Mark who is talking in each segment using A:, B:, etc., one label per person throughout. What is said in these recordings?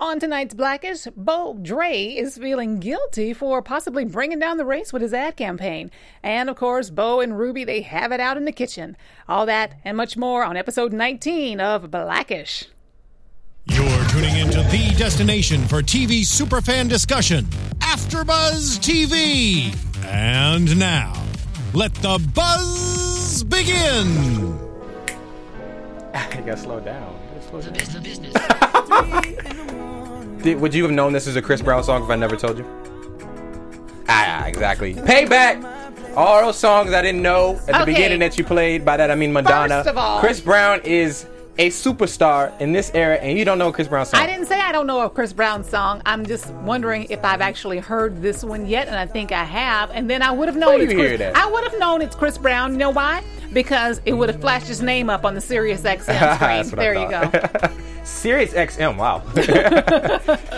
A: On tonight's Blackish, Bo Dre is feeling guilty for possibly bringing down the race with his ad campaign. And of course, Bo and Ruby, they have it out in the kitchen. All that and much more on episode 19 of Blackish.
B: You're tuning into the destination for TV superfan discussion, AfterBuzz TV. And now, let the buzz begin.
C: You gotta slow down. Slow down.
D: the business.
C: Did, would you have known this is a Chris Brown song if I never told you? Ah, exactly. Payback. All those songs I didn't know at the
A: Okay.
C: beginning that you played. By that I mean Madonna.
A: First of all-
C: Chris Brown is a superstar in this era, and you don't know Chris Brown song.
A: I didn't say I don't know a Chris Brown song. I'm just wondering if I've actually heard this one yet, and I think I have. And then I would have known
C: do
A: it's
C: you
A: Chris.
C: hear that?
A: I would have known it's Chris Brown. You know why? Because it would have flashed his name up on the Sirius XM
C: That's
A: screen.
C: what I
A: there you go.
C: thought. Sirius XM. Wow.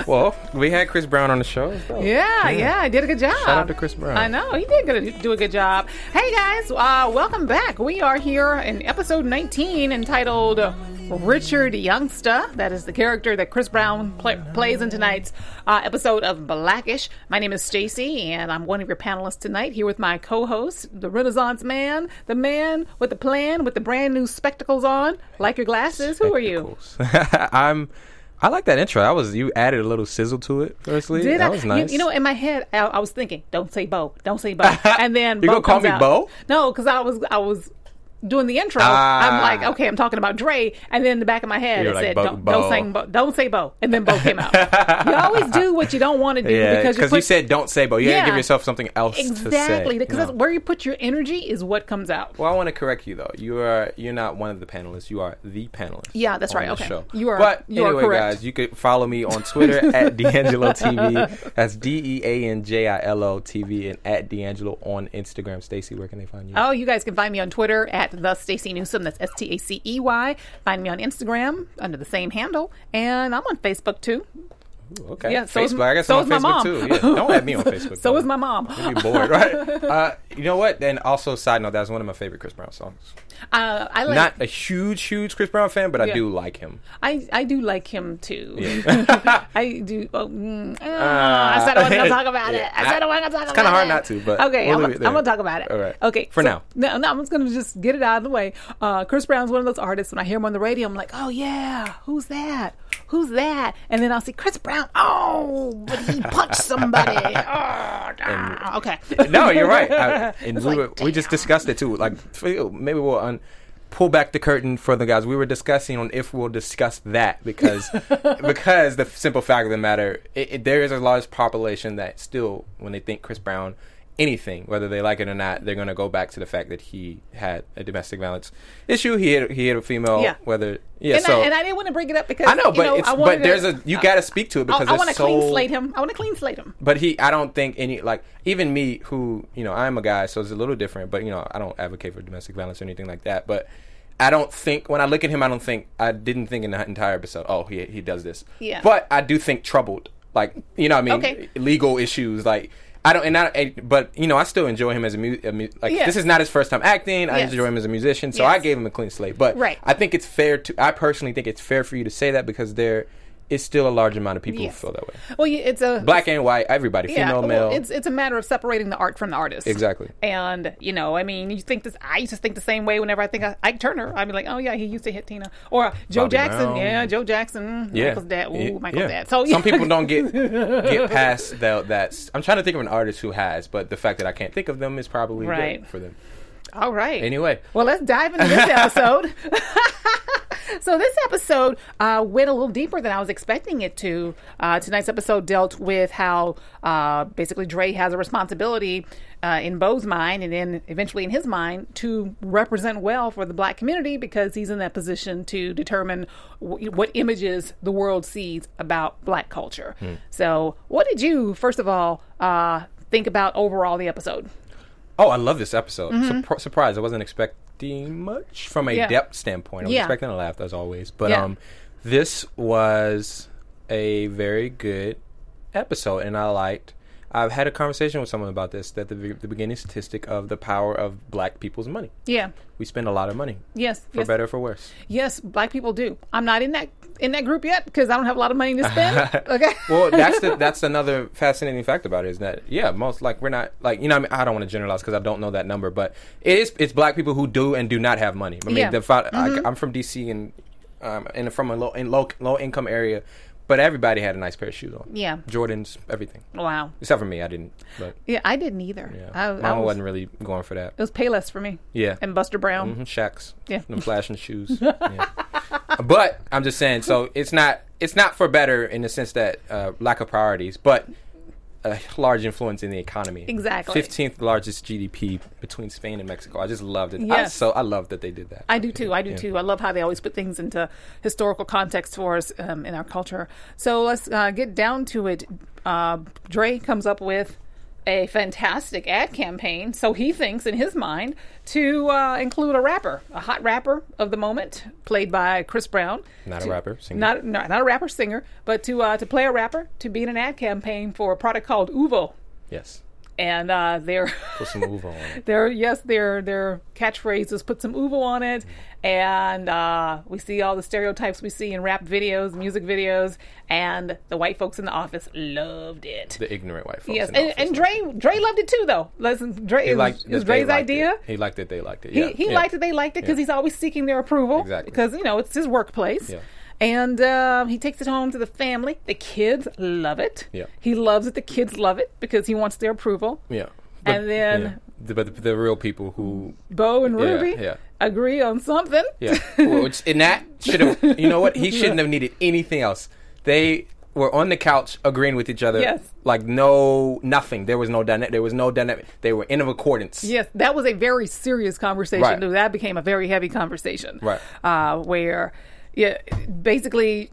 C: well, we had Chris Brown on the show. so-
A: Yeah, yeah, I did a good job. Shout
C: Oh, out to Chris Brown.
A: I know he did good, do a good job. Hey guys, uh, welcome back. We are here in episode 19 entitled Richard Youngsta. That is the character that Chris Brown pla- plays in tonight's uh, episode of Blackish. My name is Stacy, and I'm one of your panelists tonight. Here with my co-host, the Renaissance Man, the man with the plan, with the brand new spectacles on, like your glasses. Who are you?
C: I'm. I like that intro. I was you added a little sizzle to it. Firstly,
A: Did I?
C: that was
A: you-
C: nice.
A: You, know, in my head, I, I was thinking, "Don't say Bo, don't say Bo," and then
C: You
A: Bo
C: gonna call
A: comes
C: me
A: out.
C: Bo?
A: No, because I was I was doing the intro. I'm
C: Ah.
A: like, okay, I'm talking about Dre, and then in the back of my head
C: You're
A: it
C: like,
A: said,
C: Bo-
A: don't,
C: Bo.
A: don't say Bo, don't say Bo," and then Bo came out. you always do what you don't want to do
C: Yeah,
A: because you,
C: because
A: put,
C: you said don't say, but you had
A: Yeah.
C: to give yourself something else to say.
A: exactly because
C: No.
A: that's where you put your energy is what comes out.
C: Well, I want to correct you though. You are you're not one of the panelists. You are the panelist.
A: Yeah, that's
C: on
A: right.
C: this
A: Okay.
C: show.
A: You are-
C: But
A: you are
C: anyway,
A: correct.
C: guys, you could follow me on Twitter at D'Angelo TV. That's D E A N J I L O TV and at D'Angelo on Instagram. Stacy, where can they find you?
A: Oh, you guys can find me on Twitter at the Stacy Newsom. That's S T A C E Y. Find me on Instagram under the same handle, and I'm on Facebook too.
C: okay.
A: Oh, yeah, so is-
C: Facebook. I guess
A: so
C: I'm on
A: is my
C: Facebook
A: mom.
C: too. Yeah, don't add me on Facebook.
A: So is
C: though.
A: my mom.
C: You'd be bored, right? Uh, you know what? And also, side note, that's one of my favorite Chris Brown songs.
A: Uh, I like
C: Not a huge, huge Chris Brown fan, but I
A: Yeah.
C: do like him.
A: I, I do like him too. I do. Oh, mm, ah, I said I wasn't gonna talk about it. I
C: Uh, yeah.
A: said I wasn't gonna talk about it.
C: It's kinda hard not to, but
A: okay,
C: we'll
A: I'm, gonna-
C: leave it
A: I'm gonna
C: there.
A: talk about it.
C: All right.
A: Okay,
C: For
A: so-
C: now.
A: No, no, I'm just gonna just get it out of the way. Uh, Chris Brown's one of those artists. When I hear him on the radio, I'm like, oh yeah, who's that? Who's that? And then I'll see Chris Brown. Oh, but he punched somebody. oh, ah, okay.
C: No, you're right. I, and
A: It's
C: we,
A: like,
C: were, we just discussed it too. Like, for you, maybe we'll un- pull back the curtain for the guys. We were discussing on if we'll discuss that because because the simple fact of the matter, it, it, there is a large population that still, when they think Chris Brown, anything, whether they like it or not, they're going to go back to the fact that he had a domestic violence issue. He hit, he hit a female.
A: Yeah.
C: Whether yeah,
A: and,
C: so
A: I, and I didn't want to bring it up because
C: I know,
A: you
C: but it's,
A: I wanted
C: but there's
A: to,
C: a you got to speak to it because
A: I, I want to
C: it's so
A: clean slate him. I want to clean slate him.
C: but he, I don't think any like even me, who you know, I'm a guy, so it's a little different. But you know, I don't advocate for domestic violence or anything like that. But I don't think when I look at him, I don't think I didn't think in the entire episode. Oh, he he does this.
A: Yeah.
C: But I do think troubled, like you know, what I mean,
A: Okay.
C: legal issues, like. I don't, and I, and- but you know, I still enjoy him as a, mu- a mu- like.
A: Yeah.
C: This is not his first time acting. I
A: Yes.
C: enjoy him as a musician, so
A: Yes.
C: I gave him a clean slate. But
A: Right.
C: I think it's fair to. I personally think it's fair for you to say that because there is still a large amount of people
A: Yes.
C: who feel that way
A: Well, you- it's a
C: black and white, everybody, female,
A: well,
C: male.
A: It's it's a matter of separating the art from the artist.
C: Exactly.
A: And you know, I mean, you think this. I used to think the same way whenever I think of Ike Turner. I'd be like, oh yeah, he used to hit Tina or Joe
C: Bobby
A: Jackson.
C: Brown.
A: Yeah, Joe Jackson.
C: yeah,
A: Michael's dad. Ooh,
C: Yeah.
A: Michael's
C: Yeah.
A: dad. So yeah.
C: some people don't get get past the, that. I'm trying to think of an artist who has, but the fact that I can't think of them is probably good
A: Right.
C: for them.
A: All right.
C: Anyway.
A: Well, let's dive into this episode. So this episode uh, went a little deeper than I was expecting it to. Uh, tonight's episode dealt with how uh, basically Dre has a responsibility uh, in Bo's mind, and then eventually in his mind, to represent well for the black community because he's in that position to determine w- what images the world sees about black culture.
C: Hmm.
A: So, what did you first of all uh, think about overall the episode?
C: Oh, I love this episode. Surpri- surprise! I wasn't expecting much from a
A: Mm-hmm. Yeah.
C: depth standpoint. I was
A: Yeah.
C: expecting a laugh as always, but
A: Yeah.
C: um, this was a very good episode, and I liked. I've had a conversation with someone about this that the, the beginning statistic of the power of black people's money.
A: Yeah.
C: We spend a lot of money.
A: Yes.
C: For
A: yes.
C: better or for worse.
A: Yes, black people do. I'm not in that in that group yet because I don't have a lot of money to spend. Okay.
C: Well, that's the, that's another fascinating fact about it is that yeah, most like we're not like you know I, mean, I don't want to generalize because I don't know that number, but it is it's black people who do and do not have money. I mean,
A: Yeah. Mm-hmm.
C: the, fa- I, I'm from DC and um, and from a low in low low income area, but everybody had a nice pair of shoes on.
A: Yeah.
C: Jordans, everything
A: wow.
C: except for me. I didn't, but
A: Yeah, I didn't either.
C: yeah,
A: I, I
C: mama
A: was,
C: was, not really going for that.
A: it was Payless for me.
C: Yeah,
A: And Buster Brown.
C: hmm Shacks.
A: Yeah.
C: Them flashing shoes. Yeah. but I'm just saying, so it's not it's not for better in the sense that uh, lack of priorities, but a large influence in the economy.
A: Exactly.
C: Fifteenth largest GDP between Spain and Mexico. I just loved it. I,
A: Yes.
C: so I love that they did that.
A: I do too. I do too. I love how they always put things into historical context for us um, in our culture. So let's uh, get down to it. Uh, Dre comes up with a fantastic ad campaign. So he thinks in his mind to uh, include a rapper, a hot rapper of the moment, played by Chris Brown.
C: Not a
A: To-
C: rapper, singer.
A: Not not, not a rapper singer, but to uh, to play a rapper to be in an ad campaign for a product called Uvo,
C: yes.
A: and uh, they're.
C: Put some move on. it.
A: their yes their their catchphrase is put some uvo on it and uh, we see all the stereotypes we see in rap videos music videos and the white folks in the office loved it
C: The ignorant white folks.
A: yes
C: in the
A: and,
C: office.
A: and dre dre loved it too though listen dre
C: He
A: it was,
C: liked
A: it was
C: that they
A: dre's
C: liked
A: idea
C: it. He liked that they liked it.
A: he,
C: Yeah.
A: he
C: Yeah.
A: liked it they liked it because he's always seeking their approval
C: Exactly.
A: because you know it's his workplace
C: Yeah.
A: and um, he takes it home to the family the kids love it
C: Yeah.
A: he loves it the kids love it because he wants their approval
C: Yeah.
A: And then-
C: yeah. The- but the, the real people who
A: bo and
C: Yeah,
A: ruby
C: yeah.
A: agree on something
C: Yeah. Well, which, and that should have, you know what? He shouldn't have needed anything else. They were on the couch agreeing with each other.
A: Yes.
C: Like, no, nothing. There was no dynamic. There was no dynamic. They were in accordance.
A: Yes, that was a very serious conversation.
C: Right.
A: too. That became a very heavy conversation.
C: Right.
A: Uh, where, yeah, basically,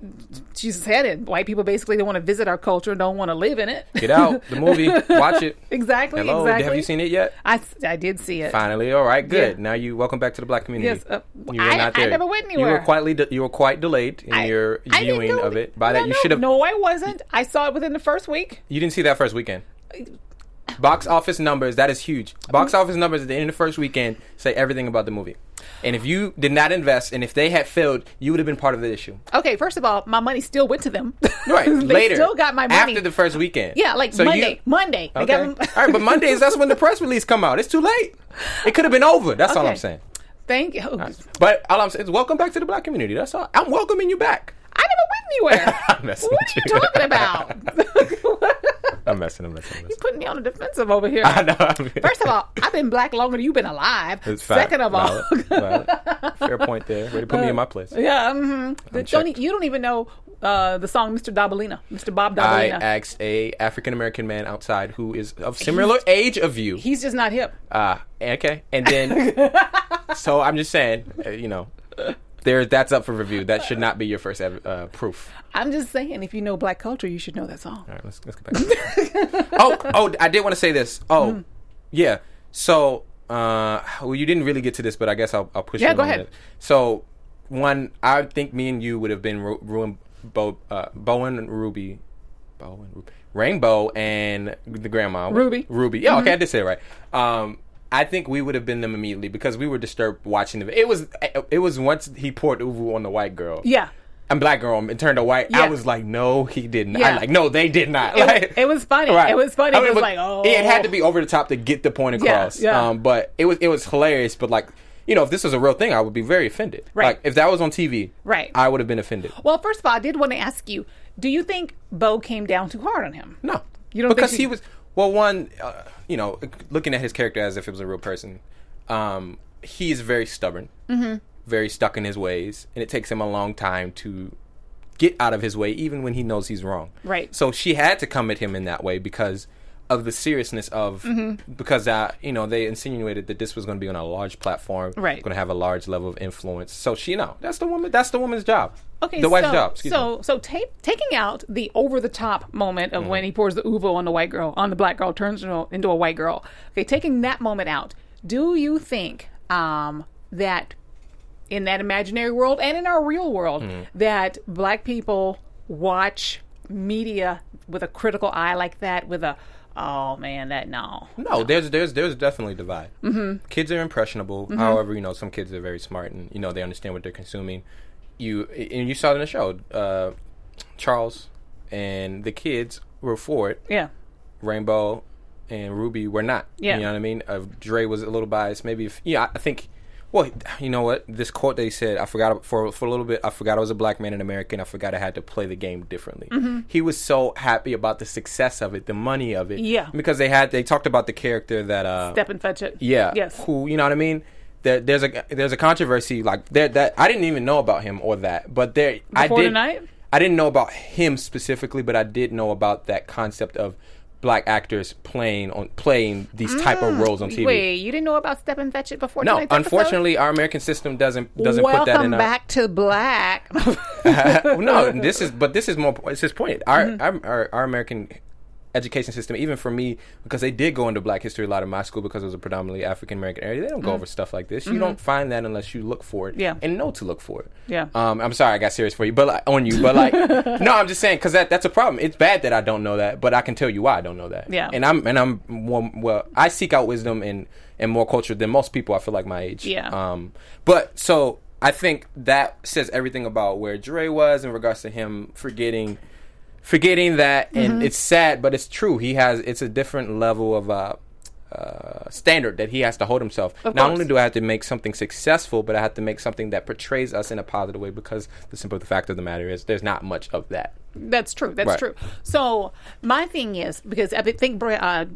A: she's headed. White people basically don't want to visit our culture, don't want to live in it.
C: Get out. The movie. Watch it.
A: exactly.
C: Hello.
A: exactly.
C: Have you seen it yet?
A: I, s- I did see it.
C: Finally. All right. Good.
A: Yeah.
C: Now you welcome back to the black community.
A: Yes, uh,
C: you were
A: I-
C: not
A: I
C: there.
A: never went
C: You
A: anywhere.
C: were quietly. De- you were quite delayed in your
A: I didn't
C: viewing
A: go-
C: of it. By
A: no,
C: that, you
A: no,
C: should have.
A: No, I wasn't. I saw it within the first week.
C: You didn't see that first weekend. Box office numbers, that is huge. Box office numbers at the end of the first weekend say everything about the movie. And if you did not invest and if they had failed, you would have been part of the issue.
A: Okay, first of all, my money still went to them.
C: Right.
A: they
C: later.
A: still got my money.
C: After the first weekend.
A: yeah, like
C: So you-
A: Monday. Monday. They
C: Okay.
A: got
C: All
A: them-
C: right, but Mondays, that's when the press release come out. It's too late. It could have been over. That's all
A: Okay.
C: I'm saying.
A: Thank you.
C: But all I'm saying is welcome back to the black community. That's all. I'm welcoming you back.
A: I never went anywhere.
C: I'm messing
A: what are
C: with
A: you
C: you.
A: talking about?
C: I'm messing, I'm messing, I'm messing.
A: putting me on the defensive over here.
C: I know. I mean-
A: First of all, I've been black longer than you've been alive.
C: It's fine.
A: Second of all,
C: Valid. Valid. fair point there. Ready to put me in my place.
A: yeah, mhm. The- don't, e-
C: checked.
A: you don't even know uh, the song "Mr. Dabalina," Mr. Bob
C: I
A: Dabalina.
C: asked a African American man outside who is of similar age of you.
A: He's just not hip.
C: Ah, okay. And then, so I'm just saying, uh, you know, there that's up for review. That should not be your first ev- uh, proof.
A: I'm just saying, if you know black culture, you should know that song.
C: All right, let's let's get back. oh, oh, I did want to say this. Oh,
A: Hmm.
C: yeah. So, uh, well, you didn't really get to this, but I guess I'll, I'll push.
A: Yeah,
C: you
A: go
C: along
A: ahead.
C: with it. So, one, I think me and you would have been Ru- Ruin, Bo, uh, Bowen and Ruby, Bowen, Ruby, Rainbow, and the grandma
A: Ruby. Mm-hmm.
C: Ruby. Yeah, okay, I did say it right. Um, I think we would have been them immediately because we were disturbed watching the. It was it was once he poured uvu on the white girl.
A: Yeah.
C: And black girl and turned to white. I
A: Yeah.
C: was like, no, he did not.
A: Yeah.
C: I'm like, no, they did not.
A: It, wa-
C: Like-
A: it was funny.
C: Right.
A: It was funny.
C: I mean,
A: it was
C: but
A: like, oh,
C: it had to be over the top to get the point across.
A: yeah.
C: Um, but it was it was hilarious. But like, you know, if this was a real thing, I would be very offended.
A: Right.
C: Like if that was on TV,
A: Right.
C: I would have been offended.
A: Well, first of all, I did want to ask you: Do you think Bo came down too hard on him?
C: No,
A: You don't think
C: because
A: he-
C: he was well. One, uh, you know, looking at his character as if it was a real person, um, he is very stubborn,
A: Mm-hmm.
C: very stuck in his ways, and it takes him a long time to get out of his way, even when he knows he's wrong.
A: Right.
C: So she had to come at him in that way because of the seriousness of
A: Mm-hmm.
C: because uh, you know they insinuated that this was going to be on a large platform,
A: Right.
C: Going to have a large level of influence. So she, no, that's the woman. That's the woman's job.
A: Okay,
C: the wife's
A: so,
C: job. Excuse me. Mm-hmm.
A: so so ta- taking out the over the top moment of when he pours the uvo on the white girl on the black girl turns into- into a white girl. Okay, taking that moment out, do you think um, that in that imaginary world and in our real world
C: Mm-hmm.
A: that black people watch media with a critical eye like that with a oh man, that no.
C: No, there's there's there's definitely a divide. Mm-hmm. Kids are impressionable. However, you know some kids are very smart and you know they understand what they're consuming. You and you saw it in the show, uh, Charles and the kids were for it.
A: Yeah.
C: Rainbow and Ruby were not.
A: Yeah.
C: You know what I mean? Uh, Dre was a little biased. Maybe if yeah, I think. Well, you know what? This quote they said, I forgot for for a little bit. I forgot I was a black man in America, and I forgot I had to play the game differently.
A: Mm-hmm.
C: He was so happy about the success of it, the money of it.
A: Yeah.
C: Because they had they talked about the character that uh
A: Step and fetch it.
C: yeah
A: Yes.
C: who you know what I mean. There, there's a there's a controversy like there that I didn't even know about him or that, but there I
A: Before
C: did
A: tonight?
C: I didn't know about him specifically, but I did know about that concept of black actors playing on playing these type of roles on TV.
A: Ah, Wait, you didn't know about Step and Fetch It before
C: no,
A: tonight's episode?
C: unfortunately, our American system doesn't doesn't
A: Welcome
C: put that in.
A: back to black.
C: Our, no, this is but this is more this is pointed. Our,
A: Mm-hmm.
C: our, our our American education system, even for me, because they did go into Black History a lot in my school because it was a predominantly African American area. They don't go over stuff like this. You don't find that unless you look for it
A: Mm-hmm. Yeah.
C: and know to look for it.
A: Yeah.
C: Um, I'm sorry I got serious for you, but like, on you, but like, no, I'm just saying because that that's a problem. It's bad that I don't know that, but I can tell you why I don't know that.
A: Yeah.
C: And I'm and I'm more, well, I seek out wisdom and and more culture than most people. I feel like my age.
A: Yeah.
C: Um, but so I think that says everything about where Dre was in regards to him forgetting, forgetting that, and it's sad, but it's true. He has it's a different level of uh, uh, standard that he has to hold himself. Not
A: course.
C: only do I have to make something successful, but I have to make something that portrays us in a positive way because the simple fact of the matter is there's not much of that.
A: That's true. That's
C: Right.
A: true. So my thing is because I think Bra- uh,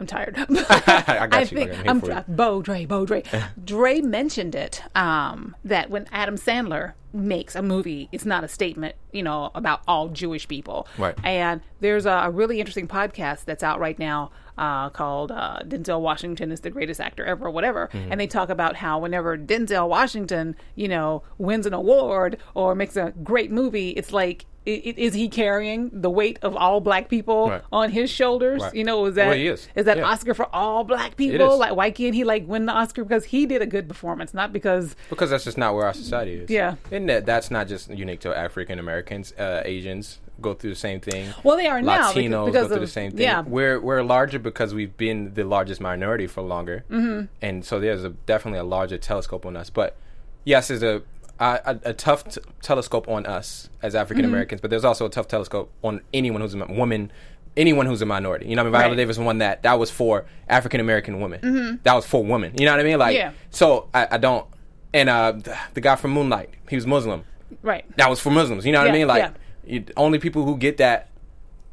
A: I'm tired.
C: I got you.
A: think
C: I got you. I'm here
A: I'm
C: for you.
A: Bo Dre. Bo Dre. Dre mentioned it um, that when Adam Sandler makes a movie, it's not a statement, you know, about all Jewish people.
C: Right.
A: And there's a, a really interesting podcast that's out right now. Uh, called uh, Denzel Washington is the greatest actor ever, or whatever.
C: Mm-hmm.
A: And they talk about how whenever Denzel Washington, you know, wins an award or makes a great movie, it's like, i- i- is he carrying the weight of all black people
C: Right.
A: on his shoulders?
C: Right.
A: You know, is that
C: Well, he is.
A: that
C: Yeah.
A: Oscar for all black
C: is.
A: people? Like, why can't he like win the Oscar because he did a good performance, not because
C: Because that's just not where our society is.
A: Yeah.
C: And that, that's not just unique to African Americans. Uh, Asians go through the same thing.
A: Well, they are now
C: Latinos
A: becau-
C: go
A: because
C: through the
A: of-
C: same thing.
A: yeah.
C: We're, we're larger because we've been the largest minority for longer. Mm-hmm. And so there's a, definitely a larger telescope on us. But yes, there's a, a, a tough t- telescope on us as African Americans,
A: Mm-hmm.
C: but there's also a tough telescope on anyone who's a mi- woman. Anyone who's a minority, you know, what I mean, Viola
A: Right. Mm-hmm.
C: Davis won that. That was for African American women. That was for women. You know what I mean? Like,
A: Yeah.
C: so I, I don't. And uh, th- the guy from Moonlight, he was Muslim.
A: right.
C: That was for Muslims. You know what
A: Yeah,
C: I mean? Like,
A: yeah.
C: you, only people who get that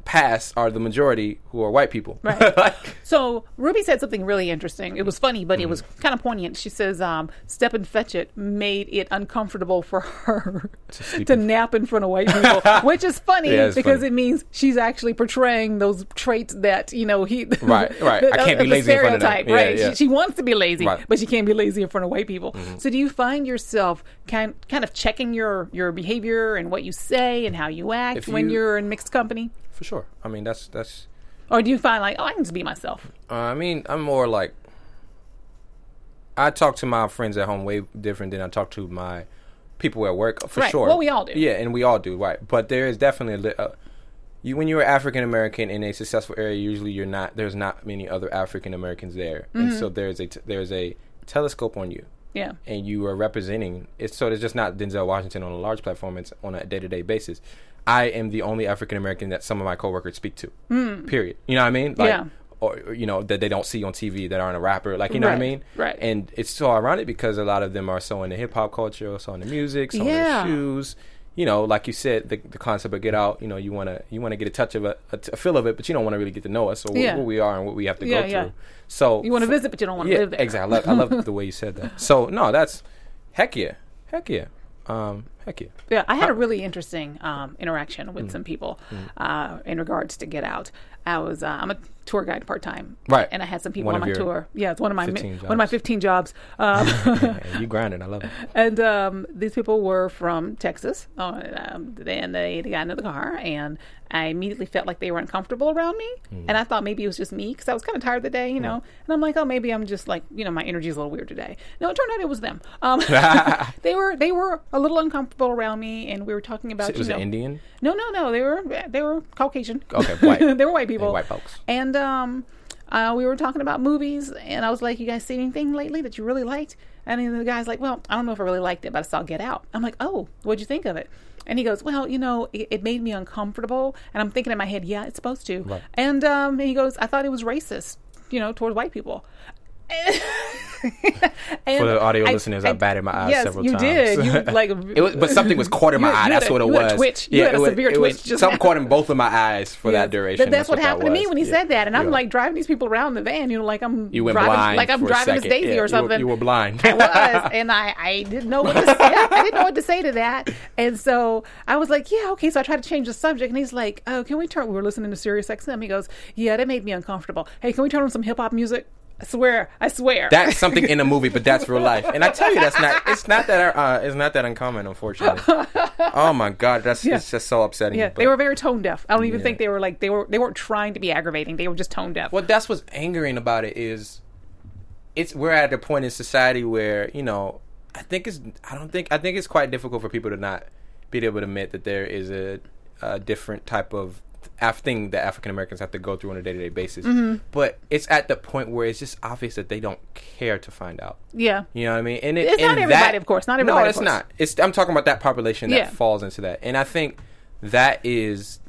C: pass are the majority who are white people.
A: Right.
C: Like,
A: So Ruby said something really interesting. It was funny, but it was
C: Mm.
A: kind of poignant. She says, um, "Step and fetch it" made it uncomfortable for her to,
C: sleep in-
A: nap in front of white people, which is funny
C: Yeah, it's
A: because
C: funny.
A: it means she's actually portraying those traits that you know he
C: Right, right. I can't be
A: the
C: lazy in front of them.
A: stereotype,
C: Yeah,
A: right?
C: yeah.
A: She, she wants to be lazy,
C: Right. Mm-hmm.
A: but she can't be lazy in front of white people. So do you find yourself kind kind of checking your your behavior and what you say and how you act
C: If
A: when
C: you-
A: you're in mixed company,
C: for sure. I mean, that's that's.
A: or do you find like, oh, I can just be myself?
C: Uh, I mean, I'm more like. I talk to my friends at home way different than I talk to my people at work for
A: Right.
C: sure.
A: Well, we all do.
C: Yeah, and we all do, right? But there is definitely a. Li- uh, you, when you're African American in a successful area, usually you're not. There's not many other African Americans there, and
A: Mm-hmm.
C: so there's a t- there's a telescope on you.
A: Yeah.
C: and you are representing it's so it's just not Denzel Washington on a large platform it's on a day-to-day basis I am the only African American that some of my coworkers speak to period you know what I mean like
A: Hmm. Yeah.
C: or or, you know that they don't see on TV that aren't a rapper like you know what I
A: Right,
C: mean
A: right.
C: and it's so ironic because a lot of them are so in the hip-hop culture so in the music so
A: Yeah.
C: in the shoes you know like you said the, the concept of get out you know you want to you want to get a touch of a, a, t- a feel of it but you don't want to really get to know us or
A: Yeah.
C: who we are and what we have to
A: Yeah,
C: go
A: yeah.
C: through so
A: You want to
C: for-
A: visit, but you don't want to
C: yeah,
A: live there.
C: exactly. I love, I love the way you said that. So no, that's heck yeah, heck yeah, um, heck yeah.
A: Yeah, I had a really interesting um, interaction
C: Mm.
A: with some people uh, in regards to Get Out. I was uh, I'm a tour guide part time,
C: Right.
A: And I had some people
C: One
A: on
C: of
A: my
C: your
A: tour. Yeah, it's one of my mi-
C: 15
A: one of my
C: jobs.
A: 15 jobs. Um,
C: Yeah, you grinding. I love it.
A: and um, these people were from Texas, uh, um, and they, they got into the car, and I immediately felt like they were uncomfortable around me,
C: Mm.
A: and I thought maybe it was just me because I was kind of tired the day, you know. And I'm like, oh, maybe I'm just like, you know, my energy is a little weird today. No, it turned out it was them. Um, they were they were a little uncom- people around me, and we were talking about
C: It was
A: you know,
C: an Indian.
A: No, no, no. They were they were Caucasian.
C: Okay, white.
A: they were white people.
C: white folks.
A: And um, uh, we were talking about movies, and I was like, "You guys see anything lately that you really liked?" And then the guy's like, "Well, I don't know if I really liked it, but I saw Get Out." I'm like, "Oh, what'd you think of it?" And he goes, "Well, you know, it, it made me uncomfortable." And I'm thinking in my head, "Yeah, it's supposed to." And um, he goes, "I thought it was racist, you know, towards white people." And
C: For the audio
A: I-
C: listeners, I,
A: I-
C: batted my eyes
A: yes,
C: several
A: you
C: times.
A: did. You like
C: It was, but something was caught in my
A: You- you
C: eye.
A: had
C: That's
A: a-
C: what it
A: you
C: was.
A: had a twitch. You had a
C: it was-
A: severe
C: it was-
A: twitch just
C: Something
A: now.
C: caught in both of my eyes for that duration.
A: Th- that's, what, happened to me
C: was.
A: when he
C: Yeah.
A: said that, and I'm
C: Yeah.
A: like driving these people around the van. You know, like I'm
C: you went
A: driving,
C: blind.
A: like I'm
C: for a
A: driving Miss
C: second.
A: Daisy
C: Yeah,
A: or something.
C: You were, you were blind.
A: I was, and I, I didn't know what to say. Yeah, I didn't know what to say to that, and so I was like, "Yeah, okay." So I tried to change the subject, and he's like, "Oh, can we turn?" We were listening to Sirius XM. He goes, "Yeah, that made me uncomfortable. Hey, can we turn on some hip hop music?" I swear, I swear.
C: that's something in a movie, but that's real life. And I tell you, that's not. It's not that. Uh, it's not that uncommon, unfortunately. Oh my god, that's it's just so upsetting.
A: yeah,
C: but-
A: they were very tone deaf. I don't even
C: Yeah.
A: think they were like they were they weren't trying to be aggravating. They were just tone deaf.
C: Well, that's what's angering about it is, it's we're at a point in society where you know, I think it's I don't think I think it's quite difficult for people to not be able to admit that there is a, a different type of af- thing that African Americans have to go through on a day to day basis. But it's at the point where it's just obvious that they don't care to find out.
A: Yeah,
C: You know what I mean? And it,
A: It's
C: and
A: not everybody, of course. Not everybody,
C: No,
A: of
C: it's
A: course.
C: not. It's I'm talking about that population that
A: Yeah.
C: falls into that, and I think that is,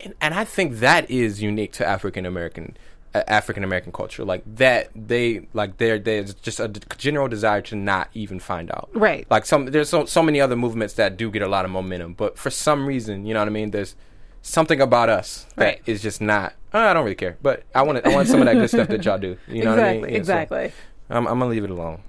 C: and, and I think that is unique to African American. Uh, African American culture, like that, they like there. There's just a d- general desire to not even find out,
A: Right.
C: Like some, there's so so many other movements that do get a lot of momentum, but for some reason, you know what I mean. There's something about us that is
A: Right.
C: just not. uh, I don't really care, but I want I want some of that good stuff that y'all do. You
A: exactly,
C: know what I mean? Yeah, so
A: exactly.
C: I'm, I'm gonna leave it alone.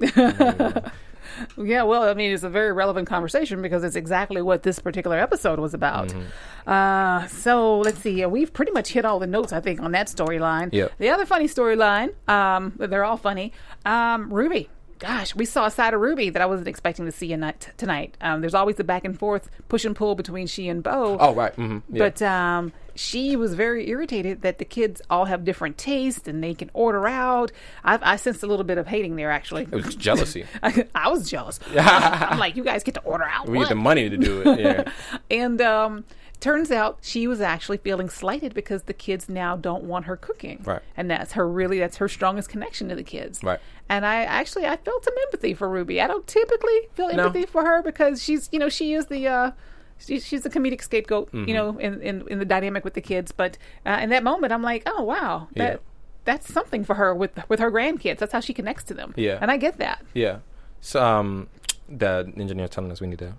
A: Yeah, well, I mean, it's a very relevant conversation because it's exactly what this particular episode was about.
C: Mm-hmm.
A: Uh, so let's see. Yeah, we've pretty much hit all the notes, I think, on that storyline.
C: Yep.
A: The other funny storyline, um, they're all funny. Um, Ruby. Gosh, we saw a side of Ruby that I wasn't expecting to see in night, tonight. Um, there's always the back and forth push and pull between she and Bo.
C: Oh right, hmm
A: But um, she was very irritated that the kids all have different tastes and they can order out. I, I sensed a little bit of hating there, actually.
C: it was jealousy.
A: I, was jealous. I'm like, you guys get to order out.
C: we
A: what?"
C: had the money to do it. Yeah.
A: And um, turns out she was actually feeling slighted because the kids now don't want her cooking.
C: Right.
A: And that's her really that's her strongest connection to the kids.
C: Right.
A: And I actually I felt some empathy for Ruby. I don't typically feel empathy for her because she's you know she is the. Uh, she- She's the comedic scapegoat,
C: Mm-hmm.
A: you know, in, in, in the dynamic with the kids. But uh, in that moment, I'm like, oh wow, that
C: Yeah.
A: that's something for her with with her grandkids. That's how she connects to them.
C: Yeah.
A: and I get that.
C: yeah. So um, the engineer telling us we need to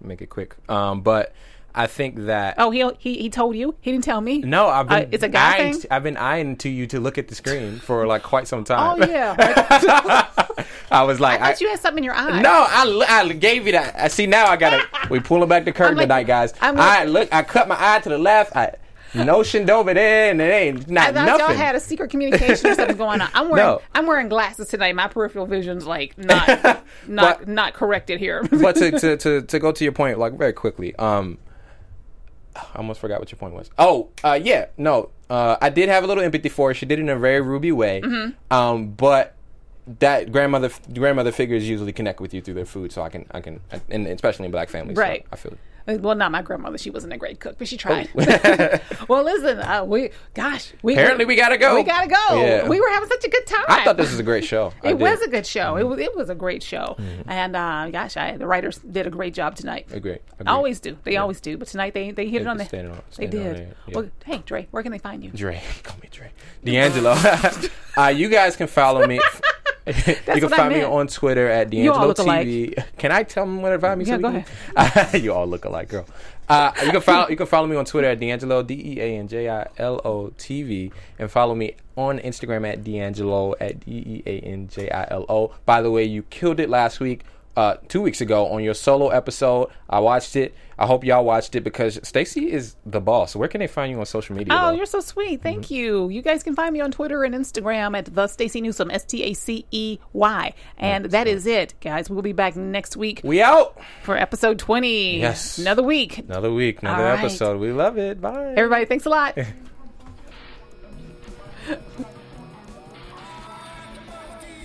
C: make it quick. Um, but I think that.
A: Oh, he he he told you. He didn't tell me.
C: No, I've been.
A: Uh, it's a guy
C: eyeing,
A: thing?
C: I've been eyeing to you to look at the screen for like quite some
A: Oh
C: time.
A: yeah. Like,
C: I was like,
A: I thought you had something in your eye.
C: No, I, l- I gave you that. I see now. I gotta. We pulling back the curtain
A: I'm like-
C: tonight, guys.
A: I'm like-
C: I look. I cut my eye to the left. I notioned over there, and it ain't
A: I
C: not
A: thought
C: nothing.
A: y'all had a secret communication or something going on. I'm wearing
C: No.
A: I'm wearing glasses today. My peripheral vision's like not not
C: But-
A: not corrected here.
C: but to, to, to, to go to your point, like very quickly, um, I almost forgot what your point was. Oh, uh, yeah, no, uh, I did have a little empathy for her. She did it in a very ruby way,
A: Mm-hmm.
C: um, but that grandmother grandmother figures usually connect with you through their food, so I can I can, and especially in black families, so
A: Right.
C: I feel.
A: Uh, well, not my grandmother. She wasn't a great cook,
C: Oh.
A: but she tried. well, listen, uh, we gosh, we
C: Apparently we gotta go.
A: We gotta go.
C: Yeah.
A: We were having such a good time.
C: I thought this was a Mm-hmm. great show. I
A: It
C: did.
A: was a good show. It was it was a great show,
C: Mm-hmm.
A: and uh, gosh, I, the writers did a great job tonight.
C: Agree. Agree.
A: always do. They always do. But tonight they they hit it on the.
C: standing on-
A: they
C: standing on
A: did.
C: it, yeah.
A: Well, hey, Dre, where can they find you?
C: Dre, call me Dre. D'Angelo. uh, you guys can follow me. you can
A: what I
C: find me
A: meant.
C: on Twitter at
A: You all
C: D'Angelo
A: look alike.
C: TV. Can I tell them where to find me?
A: Yeah,
C: we
A: go
C: can- you all look alike, girl. Uh, you can follow you can follow me on Twitter at D'Angelo D E A N J I L O T V and follow me on Instagram at D'Angelo at D E A N J I L O. By the way, you killed it last week. Uh, two weeks ago on your solo episode, I watched it. I hope y'all watched it because Stacy is the boss. Where can they find you on social media?
A: Oh,
C: though?
A: you're so sweet. Thank
C: Mm-hmm.
A: you. You guys can find me on Twitter and Instagram at the Stacy Newsom, S T A C E Y. And that is it, guys. We'll be back next week
C: We out.
A: for episode 20.
C: Yes.
A: Another week.
C: Another week, another
A: All right.
C: episode. We love it. Bye.
A: Everybody, thanks a lot.